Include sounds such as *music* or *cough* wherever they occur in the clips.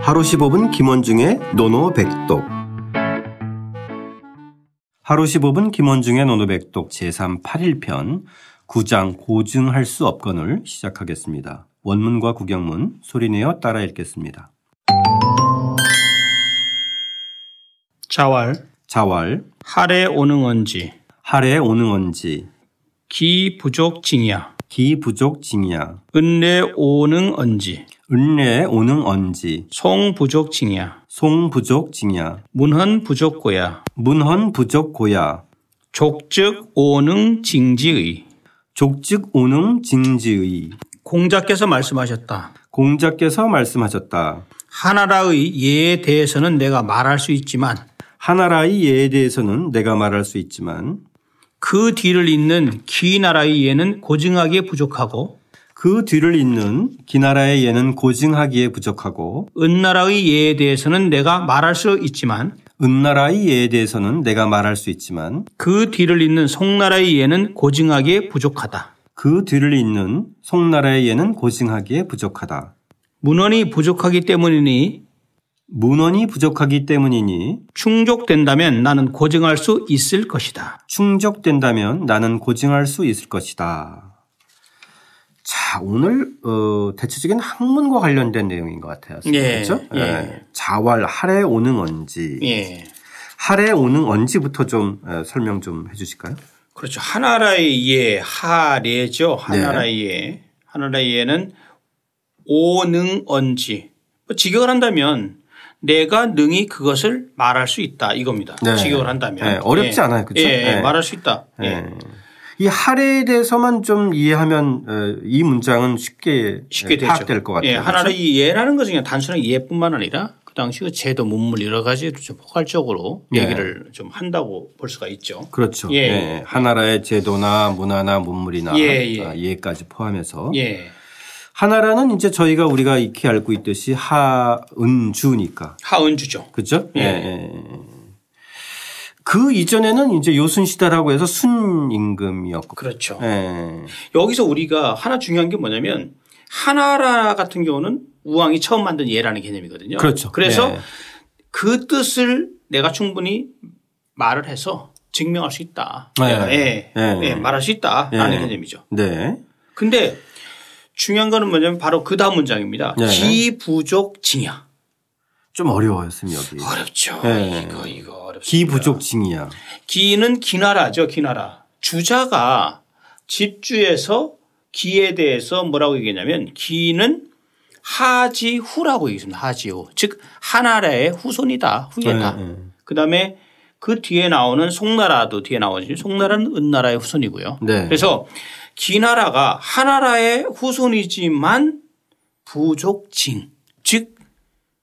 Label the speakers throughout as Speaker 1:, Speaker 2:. Speaker 1: 하루 15분 김원중의 노노백독 하루 15분 김원중의 노노백독 제381편 9장 고증할 수 없건을 시작하겠습니다. 원문과 구경문 소리내어 따라 읽겠습니다.
Speaker 2: 자왈
Speaker 1: 자왈
Speaker 2: 할에 오능언지
Speaker 1: 하래 오능언지
Speaker 2: 기 부족 징야
Speaker 1: 기부족 징야
Speaker 2: 은례 오능언지
Speaker 1: 은례 오능언지
Speaker 2: 송 부족 징야
Speaker 1: 송부족 징야
Speaker 2: 문헌 부족 고야
Speaker 1: 문헌 부족 고야
Speaker 2: 족즉 오능 징지의
Speaker 1: 족즉 오능 징지의
Speaker 2: 공자께서 말씀하셨다.
Speaker 1: 공자께서 말씀하셨다.
Speaker 2: 하나라의 예에 대해서는 내가 말할 수 있지만
Speaker 1: 하나라의 예에 대해서는 내가 말할 수 있지만
Speaker 2: 그 뒤를 잇는 기나라의 예는 고증하기에 부족하고
Speaker 1: 그 뒤를 잇는 기나라의 예는 고증하기에 부족하고
Speaker 2: 은나라의 예에 대해서는 내가 말할 수 있지만
Speaker 1: 은나라의 예에 대해서는 내가 말할 수 있지만
Speaker 2: 그 뒤를 잇는 송나라의 예는 고증하기에 부족하다.
Speaker 1: 그 뒤를 잇는 송나라의 예는 고증하기에 부족하다.
Speaker 2: 문헌이 부족하기 때문이니
Speaker 1: 문헌이 부족하기 때문이니
Speaker 2: 충족된다면 나는 고증할 수 있을 것이다.
Speaker 1: 충족된다면 나는 고증할 수 있을 것이다. 자, 오늘 어, 대체적인 학문과 관련된 내용인 것 같아요.
Speaker 2: 예,
Speaker 1: 그렇죠?
Speaker 2: 예.
Speaker 1: 자활 할애 오능 언지.
Speaker 2: 예.
Speaker 1: 할애 오는 언지부터 좀 에, 설명 좀 해주실까요?
Speaker 2: 그렇죠. 하나라의 예, 하례죠. 하나라의 예. 하나라의 예는 오능언지. 뭐 직역을 한다면 내가 능히 그것을 말할 수 있다 이겁니다.
Speaker 1: 네.
Speaker 2: 직역을 한다면.
Speaker 1: 네, 어렵지 않아요. 그렇죠?
Speaker 2: 예, 예,
Speaker 1: 네.
Speaker 2: 말할 수 있다. 예.
Speaker 1: 예. 이 할애에 대해서만 좀 이해하면 에, 이 문장은 쉽게,
Speaker 2: 쉽게
Speaker 1: 에,
Speaker 2: 되죠.
Speaker 1: 네, 파악될 것 같아요.
Speaker 2: 예, 하나는 이 예라는 것은 그냥 단순한 예뿐만 아니라 그 당시 그 제도 문물 여러 가지를 좀 포괄적으로
Speaker 1: 예.
Speaker 2: 얘기를 좀 한다고 볼 수가 있죠.
Speaker 1: 그렇죠.
Speaker 2: 예.
Speaker 1: 예. 하나라의 제도나 문화나 문물이나
Speaker 2: 예, 예.
Speaker 1: 아, 예까지 포함해서
Speaker 2: 예.
Speaker 1: 하나라는 이제 저희가 우리가 익히 알고 있듯이 하은주니까
Speaker 2: 하은주죠.
Speaker 1: 그죠? 예. 예. 그 이전에는 이제 요순시다라고 해서 순임금이었고
Speaker 2: 그렇죠.
Speaker 1: 예.
Speaker 2: 여기서 우리가 하나 중요한 게 뭐냐면 하나라 같은 경우는 우왕이 처음 만든 예라는 개념이거든요.
Speaker 1: 그렇죠.
Speaker 2: 래서
Speaker 1: 예.
Speaker 2: 그 뜻을 내가 충분히 말을 해서 증명할 수 있다.
Speaker 1: 예.
Speaker 2: 예.
Speaker 1: 예.
Speaker 2: 예, 말할 수 있다라는
Speaker 1: 예.
Speaker 2: 개념이죠.
Speaker 1: 네.
Speaker 2: 근데 중요한 거는 뭐냐면 바로 그 다음 문장입니다.
Speaker 1: 네.
Speaker 2: 기부족 징야.
Speaker 1: 좀 어려워요, 쌤 여기.
Speaker 2: 어렵죠.
Speaker 1: 네.
Speaker 2: 이거 이거 어렵습니다.
Speaker 1: 기부족징이야.
Speaker 2: 기는 기나라죠. 기나라. 주자가 집주에서 기에 대해서 뭐라고 얘기했냐면 기는 하지후라고 얘기했습니다. 하지후. 즉 하나라의 후손이다. 후예다.
Speaker 1: 예, 예.
Speaker 2: 그다음에 그 뒤에 나오는 송나라도 뒤에 나오지. 송나라는 은나라의 후손이고요.
Speaker 1: 네.
Speaker 2: 그래서 기나라가 하나라의 후손이지만 부족징, 즉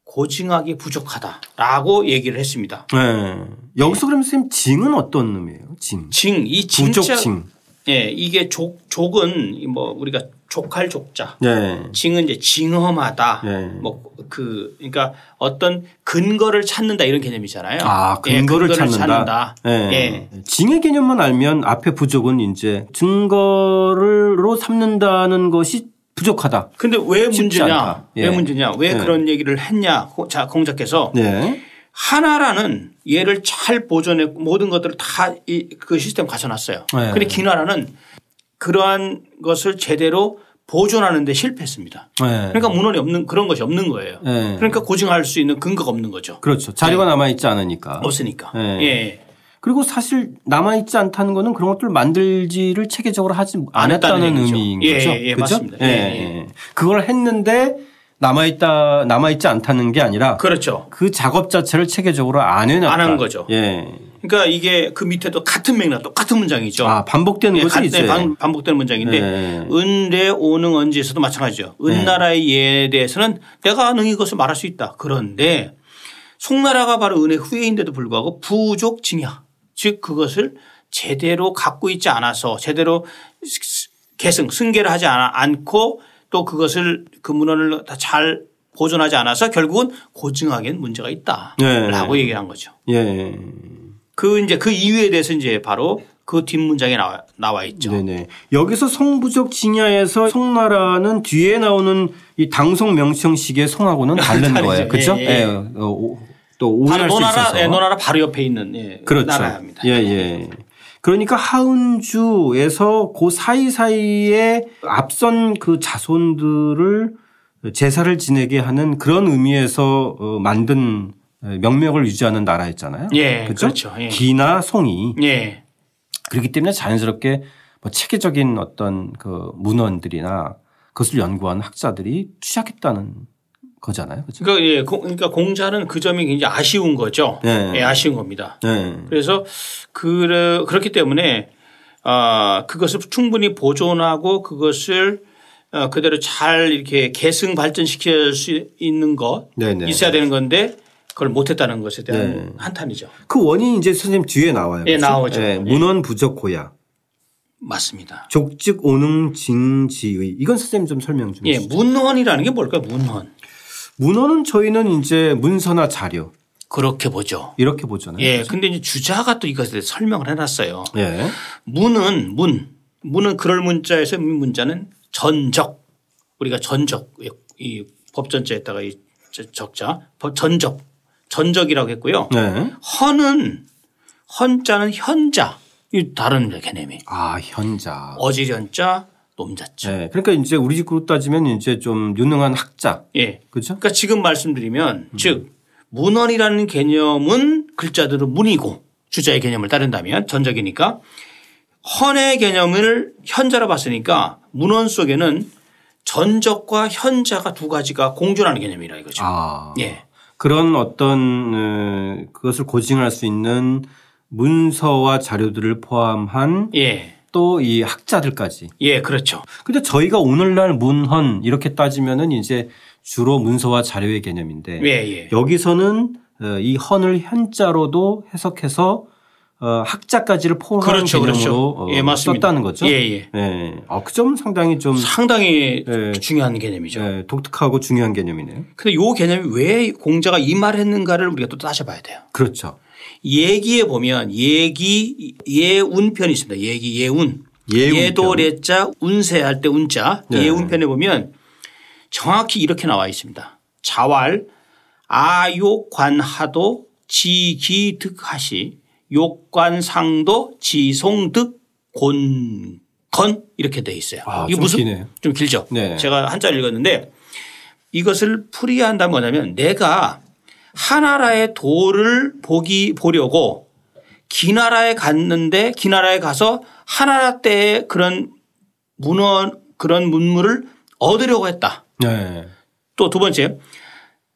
Speaker 2: 고증하기 부족하다라고 얘기를 했습니다.
Speaker 1: 예. 여기서 그럼 쌤 징은 어떤 의미예요? 징.
Speaker 2: 징, 이 진짜
Speaker 1: 부족징.
Speaker 2: 예, 이게 족 족은 뭐 우리가 족할 족자,
Speaker 1: 예.
Speaker 2: 징은 이제 징험하다,
Speaker 1: 예.
Speaker 2: 뭐 그 그러니까 어떤 근거를 찾는다 이런 개념이잖아요.
Speaker 1: 아,
Speaker 2: 예,
Speaker 1: 근거를,
Speaker 2: 찾는다.
Speaker 1: 찾는다.
Speaker 2: 예.
Speaker 1: 예. 징의 개념만 알면 앞에 부족은 이제 증거로 삼는다는 것이 부족하다.
Speaker 2: 근데 왜
Speaker 1: 쉽지
Speaker 2: 문제냐?
Speaker 1: 않다. 예.
Speaker 2: 왜 문제냐? 왜
Speaker 1: 예.
Speaker 2: 그런 얘기를 했냐? 고- 자, 공자께서
Speaker 1: 네.
Speaker 2: 하나라는 얘를 잘 보존했고 모든 것들을 다 그 시스템 갖춰놨어요.
Speaker 1: 네.
Speaker 2: 그런데 기나라는 그러한 것을 제대로 보존하는데 실패했습니다.
Speaker 1: 예.
Speaker 2: 그러니까 문헌이 없는 그런 것이 없는 거예요.
Speaker 1: 예.
Speaker 2: 그러니까 고증할 수 있는 근거가 없는 거죠.
Speaker 1: 그렇죠. 자료가
Speaker 2: 네.
Speaker 1: 남아있지 않으니까.
Speaker 2: 없으니까.
Speaker 1: 네.
Speaker 2: 예.
Speaker 1: 그리고 사실 남아있지 않다는 거는 그런 것들 만들지를 체계적으로 하지
Speaker 2: 했다는
Speaker 1: 않았다는
Speaker 2: 얘기죠.
Speaker 1: 의미인
Speaker 2: 예,
Speaker 1: 거죠.
Speaker 2: 예, 예,
Speaker 1: 그죠?
Speaker 2: 맞습니다. 예, 예.
Speaker 1: 그걸 했는데 남아있다, 남아있지 않다는 게 아니라
Speaker 2: 그렇죠.
Speaker 1: 그 작업 자체를 체계적으로 안 해놨다.
Speaker 2: 안한 거죠.
Speaker 1: 예.
Speaker 2: 그러니까 이게 그 밑에도 같은 맥락 똑같은 문장이죠.
Speaker 1: 아, 반복되는
Speaker 2: 예,
Speaker 1: 것이
Speaker 2: 간-
Speaker 1: 이제.
Speaker 2: 반- 반복되는 문장인데
Speaker 1: 네.
Speaker 2: 은례 오능 언지에서도 마찬가지죠. 은나라의 예에 대해서는 내가 능히 그것을 말할 수 있다. 그런데 송나라가 바로 은혜 후예인데도 불구하고 부족징야 즉 그것을 제대로 갖고 있지 않아서 제대로 스- 스- 계승 승계를 하지 않아- 않고 또 그것을 그 문헌을 다 잘 보존하지 않아서 결국은 고증하기엔 문제가
Speaker 1: 네.
Speaker 2: 있다라고 얘기를 한 거죠.
Speaker 1: 예.
Speaker 2: 그 이제 그 이유에 대해서 이제 바로 그 뒷문장에 나와, 나와 있죠.
Speaker 1: 네네. 여기서 송부족 징야에서 송나라는 뒤에 나오는 이 당송 명칭식의
Speaker 2: *laughs*
Speaker 1: 송하고는 다른
Speaker 2: 다르죠.
Speaker 1: 거예요. 그렇죠?
Speaker 2: 예,
Speaker 1: 예,
Speaker 2: 예.
Speaker 1: 어, 오- 또 오해할
Speaker 2: 바로
Speaker 1: 수
Speaker 2: 노나라,
Speaker 1: 있어서.
Speaker 2: 예, 노나라 바로 옆에 있는 예,
Speaker 1: 그렇죠.
Speaker 2: 나라입니다.
Speaker 1: 예, 예. 그러니까 하은주에서 그 사이사이에 앞선 그 자손들을 제사를 지내게 하는 그런 의미에서 어, 만든 명맥을 유지하는 나라였잖아요.
Speaker 2: 예,
Speaker 1: 그죠?
Speaker 2: 그렇죠. 예.
Speaker 1: 기나 송이
Speaker 2: 예.
Speaker 1: 그렇기 때문에 자연스럽게 뭐 체계적인 어떤 그 문헌들이나 그것을 연구한 학자들이 투자했다는 거잖아요. 그죠?
Speaker 2: 그러니까, 예, 공- 그러니까 공자는 그 점이 굉장히 아쉬운 거죠.
Speaker 1: 네.
Speaker 2: 예, 아쉬운 겁니다.
Speaker 1: 네.
Speaker 2: 그래서 그 그렇기 때문에 아 그것을 충분히 보존하고 그것을 어, 그대로 잘 이렇게 계승 발전시킬 수 있는 것
Speaker 1: 네네.
Speaker 2: 있어야 되는 건데 그걸 못했다는 것에 대한
Speaker 1: 네.
Speaker 2: 한탄이죠.
Speaker 1: 그 원인이 이제 선생님 뒤에 나와요.
Speaker 2: 예,
Speaker 1: 그죠?
Speaker 2: 나오죠.
Speaker 1: 예, 문헌 부적 고야.
Speaker 2: 맞습니다.
Speaker 1: 족즉 오능 징지의 이건 선생님 좀 설명 좀
Speaker 2: 예,
Speaker 1: 해주세요.
Speaker 2: 문헌이라는 게 뭘까요? 문헌
Speaker 1: 문헌은 저희는 이제 문서나 자료
Speaker 2: 그렇게 보죠.
Speaker 1: 이렇게 보잖아요.
Speaker 2: 예, 근데 이제 주자가 또 이것에 대해 설명을 해놨어요.
Speaker 1: 예.
Speaker 2: 문은 문, 문은 그럴 문자에서 문자는 전적. 우리가 전적 이 법전자에다가 이 저- 적자 법- 전적 전적이라고 했고요.
Speaker 1: 네.
Speaker 2: 헌은 헌자는 현자 이 다른 개념이
Speaker 1: 아 현자.
Speaker 2: 어지련자 놈자자.
Speaker 1: 예. 그러니까 이제 우리 집으로 따지면 이제 좀 유능한 학자,
Speaker 2: 예.
Speaker 1: 그렇죠?
Speaker 2: 그러니까 지금 말씀드리면
Speaker 1: 음.
Speaker 2: 즉 문헌이라는 개념은 글자대로 문이고 주자의 개념을 따른다면 전적이니까 헌의 개념을 현자로 봤으니까 문헌 속에는 전적과 현자가 두 가지가 공존하는 개념이라 이거죠.
Speaker 1: 아.
Speaker 2: 예.
Speaker 1: 그런 어떤 어, 그것을 고증할 수 있는 문서와 자료들을 포함한
Speaker 2: 예.
Speaker 1: 또 이 학자들까지.
Speaker 2: 예, 그렇죠.
Speaker 1: 근데 저희가 오늘날 문헌 이렇게 따지면은 이제 주로 문서와 자료의 개념인데
Speaker 2: 예, 예.
Speaker 1: 여기서는 어, 이 헌을 현자로도 해석해서 어, 학자까지를 포함하는
Speaker 2: 그렇죠,
Speaker 1: 개념으로
Speaker 2: 그렇죠.
Speaker 1: 어,
Speaker 2: 예, 맞습니다.
Speaker 1: 썼다는 거죠.
Speaker 2: 예, 예.
Speaker 1: 네. 아, 그점 은 상당히 좀
Speaker 2: 상당히
Speaker 1: 예.
Speaker 2: 중요한 개념이죠.
Speaker 1: 예, 독특하고 중요한 개념이네요.
Speaker 2: 근데 요 개념이 왜 공자가 이 말을 했는가를 우리가 또 따져봐야 돼요.
Speaker 1: 그렇죠.
Speaker 2: 예기에 보면 예기 예운편이 있습니다. 예기 예운.
Speaker 1: 예운편.
Speaker 2: 예도래자 운세할 때 운자
Speaker 1: 네.
Speaker 2: 예운편에 보면 정확히 이렇게 나와 있습니다. 자왈 아욕관하도 지기득하시 욕관상도 지송득 곤건 이렇게 돼 있어요.
Speaker 1: 아, 좀 기네요.
Speaker 2: 좀 길죠.
Speaker 1: 네.
Speaker 2: 제가 한자 를 읽었는데 이것을 풀이한다면 뭐냐면 내가 하나라의 도를 보기 보려고 기나라에 갔는데 기나라에 가서 하나라 때의 그런 문헌 그런 문물을 얻으려고 했다.
Speaker 1: 네.
Speaker 2: 또 두 번째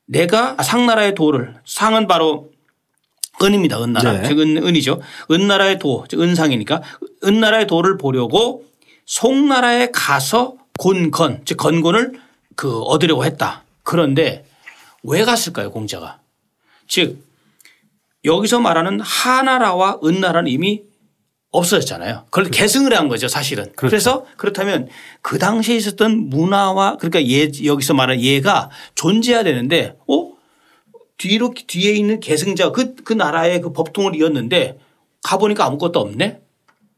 Speaker 2: 내가 상나라의 도를 상은 바로 은입니다. 은나라.
Speaker 1: 네.
Speaker 2: 즉 은, 은이죠. 은나라의 도, 즉 은상이니까 은나라의 도를 보려고 송나라에 가서 곤건, 즉 건곤을 그 얻으려고 했다. 그런데 왜 갔을까요, 공자가? 즉 여기서 말하는 하나라와 은나라는 이미 없어졌잖아요. 그걸 계승을 한 거죠, 사실은. 그렇죠. 그래서 그렇다면 그 당시에 있었던 문화와 그러니까 예 여기서 말하는 예가 존재해야 되는데 어 뒤로 뒤에 있는 계승자 그, 그 나라의 그 법통을 이었는데 가보니까 아무것도 없네.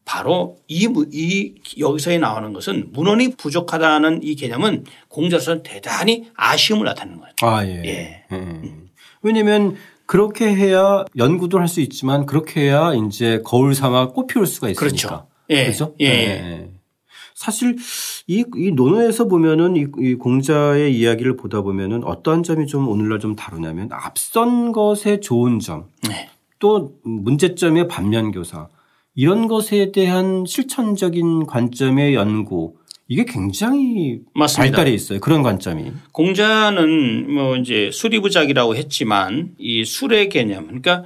Speaker 2: 바로 이, 무- 이 여기서에 나오는 것은 문헌이 부족하다는 이 개념은 공자로서는 대단히 아쉬움을 나타내는 거예요.
Speaker 1: 아, 예. 음. 왜냐면 그렇게 해야 연구도 할 수 있지만 그렇게 해야 이제 거울 삼아 꽃 피울 수가 있으니까.
Speaker 2: 그렇죠. 예.
Speaker 1: 그죠?
Speaker 2: 예.
Speaker 1: 사실 이, 이 논어에서 보면은 이, 이 공자의 이야기를 보다 보면은 어떠한 점이 좀 오늘날 좀 다루냐면 앞선 것의 좋은 점,
Speaker 2: 네.
Speaker 1: 또 문제점의 반면교사 이런 것에 대한 실천적인 관점의 연구 이게 굉장히
Speaker 2: 맞습니다.
Speaker 1: 발달해 있어요. 그런 관점이.
Speaker 2: 공자는 뭐 이제 수리부작이라고 했지만 이 술의 개념 그러니까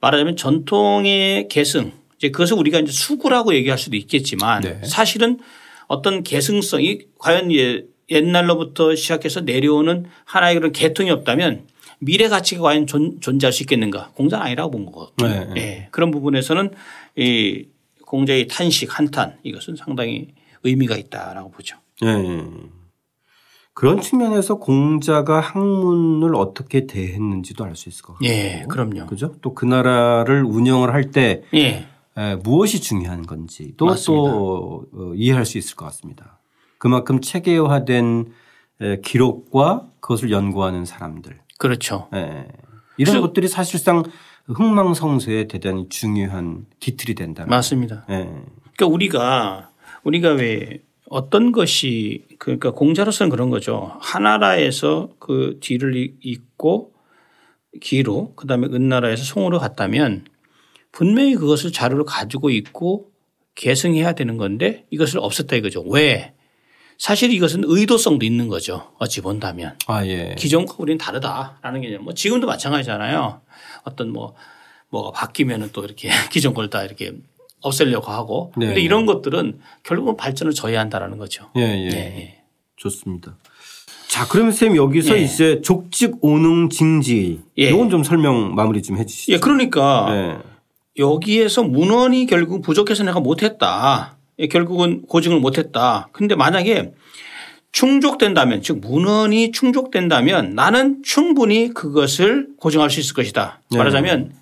Speaker 2: 말하자면 전통의 계승 이제 그것을 우리가 이제 수구라고 얘기할 수도 있겠지만
Speaker 1: 네.
Speaker 2: 사실은 어떤 계승성이 과연 예- 옛날로부터 시작해서 내려오는 하나의 그런 계통이 없다면 미래 가치가 과연 존, 재할수 있겠는가 공자는 아니라고 본 거거든요.
Speaker 1: 네, 네.
Speaker 2: 예, 그런 부분에서는 이 공자의 탄식 한탄 이것은 상당히 의미가 있다라고 보죠.
Speaker 1: 예, 예. 그런 측면에서 공자가 학문을 어떻게 대했는지도 알 수 있을 것 같아요.
Speaker 2: 예, 그럼요.
Speaker 1: 그죠? 또 그 나라를 운영을 할 때
Speaker 2: 예.
Speaker 1: 무엇이 중요한 건지 또,
Speaker 2: 맞습니다.
Speaker 1: 또 어, 이해할 수 있을 것 같습니다. 그만큼 체계화된 예, 기록과 그것을 연구하는 사람들
Speaker 2: 그렇죠.
Speaker 1: 예, 이런
Speaker 2: 그래서-
Speaker 1: 것들이 사실상 흥망성쇠에 대단히 중요한 기틀이 된다.
Speaker 2: 맞습니다.
Speaker 1: 예,
Speaker 2: 그러니까 우리가 우리가 왜 어떤 것이 그러니까 공자로서는 그런 거죠. 하나라에서 그 뒤를 이- 잇고 기로 그다음에 은나라에서 송으로 갔다면 분명히 그것을 자료를 가지고 있고 계승해야 되는 건데 이것을 없앴다 이거죠. 왜? 사실 이것은 의도성도 있는 거죠. 어찌 본다면.
Speaker 1: 아 예,
Speaker 2: 기존과 우리는 다르다라는 개념. 뭐 지금도 마찬가지잖아요. 어떤 뭐 뭐가 바뀌면은 또 이렇게 *laughs* 기존 걸 다 이렇게 없애려고 하고.
Speaker 1: 네.
Speaker 2: 근데 이런 것들은 결국은 발전을 저해한다라는 거죠.
Speaker 1: 예, 예,
Speaker 2: 예.
Speaker 1: 좋습니다. 자, 그럼 쌤 여기서
Speaker 2: 예.
Speaker 1: 이제 족직 오능 징지
Speaker 2: 예.
Speaker 1: 이건 좀 설명 마무리 좀 해주시죠.
Speaker 2: 예, 그러니까
Speaker 1: 예.
Speaker 2: 여기에서 문헌이 결국 부족해서 내가 못했다. 예, 결국은 고증을 못했다. 근데 만약에 충족된다면 즉 문헌이 충족된다면 나는 충분히 그것을 고증할 수 있을 것이다.
Speaker 1: 네.
Speaker 2: 말하자면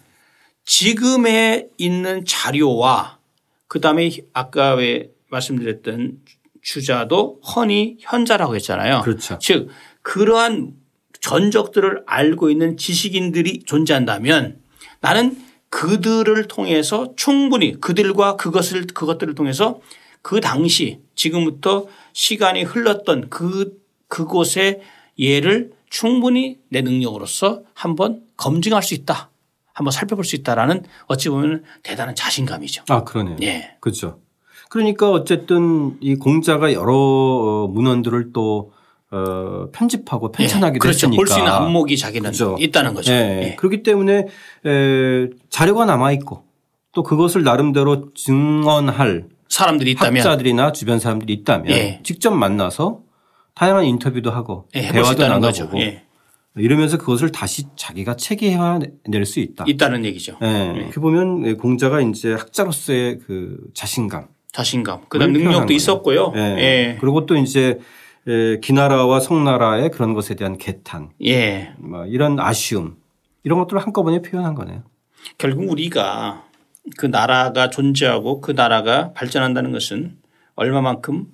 Speaker 2: 지금에 있는 자료와 그다음에 아까 왜 말씀드렸던 주자도 허니 현자라고 했잖아요.
Speaker 1: 그렇죠.
Speaker 2: 즉 그러한 전적들을 알고 있는 지식인들이 존재한다면 나는 그들을 통해서 충분히 그들과 그것을 그것들을 통해서 그 당시 지금부터 시간이 흘렀던 그 그곳의 예를 충분히 내 능력으로서 한번 검증할 수 있다. 한번 살펴볼 수 있다라는 어찌 보면 대단한 자신감이죠.
Speaker 1: 아 그러네요.
Speaker 2: 예.
Speaker 1: 그렇죠. 그러니까 어쨌든 이 공자가 여러 어, 문헌들을 또 어, 편집하고 편찬하기도
Speaker 2: 그렇죠.
Speaker 1: 했으니까
Speaker 2: 볼 수 있는 안목이 자기는
Speaker 1: 네. 그렇죠.
Speaker 2: 있다는 거죠.
Speaker 1: 예,
Speaker 2: 예.
Speaker 1: 그렇기 때문에 에, 자료가 남아 있고 또 그것을 나름대로 증언할
Speaker 2: 사람들이 있다면
Speaker 1: 학자들이나 주변 사람들이 있다면
Speaker 2: 예.
Speaker 1: 직접 만나서 다양한 인터뷰도 하고
Speaker 2: 예, 해볼 수
Speaker 1: 대화도
Speaker 2: 있다는 거죠.
Speaker 1: 나눠보고
Speaker 2: 예.
Speaker 1: 이러면서 그것을 다시 자기가 체계화낼 수 있다.
Speaker 2: 있다는 얘기죠.
Speaker 1: 예, 이렇게 보면 공자가 이제 학자로서의 그 자신감
Speaker 2: 자신감.
Speaker 1: 불편한
Speaker 2: 그다음 능력도
Speaker 1: 거죠.
Speaker 2: 있었고요.
Speaker 1: 예.
Speaker 2: 예.
Speaker 1: 그리고 또 이제 에, 기나라와 송나라의 그런 것에 대한 개탄,
Speaker 2: 예.
Speaker 1: 뭐 이런 아쉬움 이런 것들을 한꺼번에 표현한 거네요.
Speaker 2: 결국 우리가 그 나라가 존재하고 그 나라가 발전한다는 것은 얼마만큼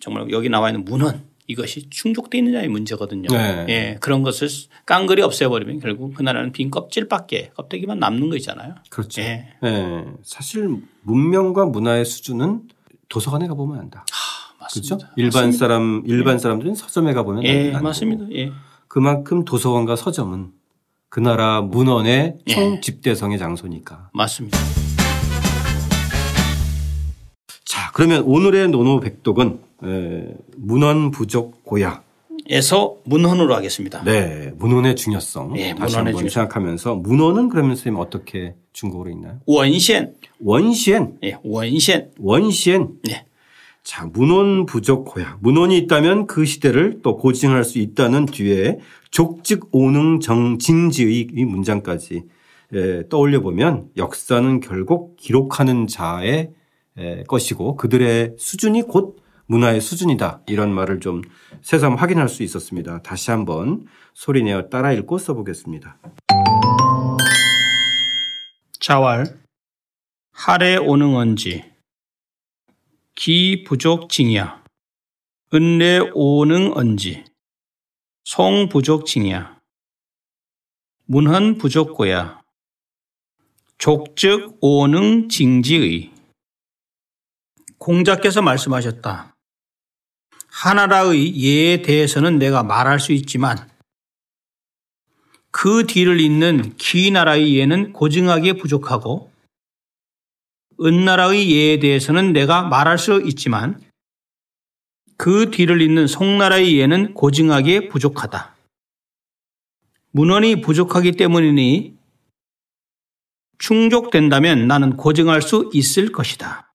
Speaker 2: 정말 여기 나와 있는 문헌 이것이 충족돼 있느냐의 문제거든요.
Speaker 1: 네.
Speaker 2: 예, 그런 것을 깡그리 없애버리면 결국 그 나라는 빈 껍질밖에 껍데기만 남는 거잖아요.
Speaker 1: 그렇죠. 예.
Speaker 2: 예,
Speaker 1: 사실 문명과 문화의 수준은 도서관에 가 보면 안다.
Speaker 2: 아,
Speaker 1: 그렇죠?
Speaker 2: 맞습니다.
Speaker 1: 일반 사람 일반 사람들은 서점에 가 보면
Speaker 2: 예,
Speaker 1: 안
Speaker 2: 맞습니다. 예,
Speaker 1: 그만큼 도서관과 서점은 그 나라 문헌의
Speaker 2: 예.
Speaker 1: 총 집대성의 장소니까.
Speaker 2: 맞습니다.
Speaker 1: 자, 그러면 오늘의 노노백독은 에, 문헌 부족 고야.
Speaker 2: 에서 문헌으로 하겠습니다.
Speaker 1: 네, 문헌의 중요성
Speaker 2: 예,
Speaker 1: 다시
Speaker 2: 문헌의
Speaker 1: 한번
Speaker 2: 중요성.
Speaker 1: 생각하면서 문헌은 그러면 선생님 어떻게 중국어로 있나요?
Speaker 2: 원시엔,
Speaker 1: 원시엔,
Speaker 2: 예, 원시엔,
Speaker 1: 원시엔.
Speaker 2: 예,
Speaker 1: 자, 문헌 부족 고야. 문헌이 있다면 그 시대를 또 고증할 수 있다는 뒤에 족직 오능 정징지의 이 문장까지 예, 떠올려 보면 역사는 결국 기록하는 자의 예, 것이고 그들의 수준이 곧 문화의 수준이다 이런 말을 좀 새삼 확인할 수 있었습니다. 다시 한번 소리내어 따라 읽고 써보겠습니다.
Speaker 2: 자왈 하래 오는 언지 기 부족 징야 은례 오는 언지 송 부족 징야 문헌 부족 고야 족즉 오는 징지의 공자께서 말씀하셨다. 하나라의 예에 대해서는 내가 말할 수 있지만 그 뒤를 잇는 기나라의 예는 고증하기에 부족하고 은나라의 예에 대해서는 내가 말할 수 있지만 그 뒤를 잇는 송나라의 예는 고증하기에 부족하다. 문헌이 부족하기 때문이니 충족된다면 나는 고증할 수 있을 것이다.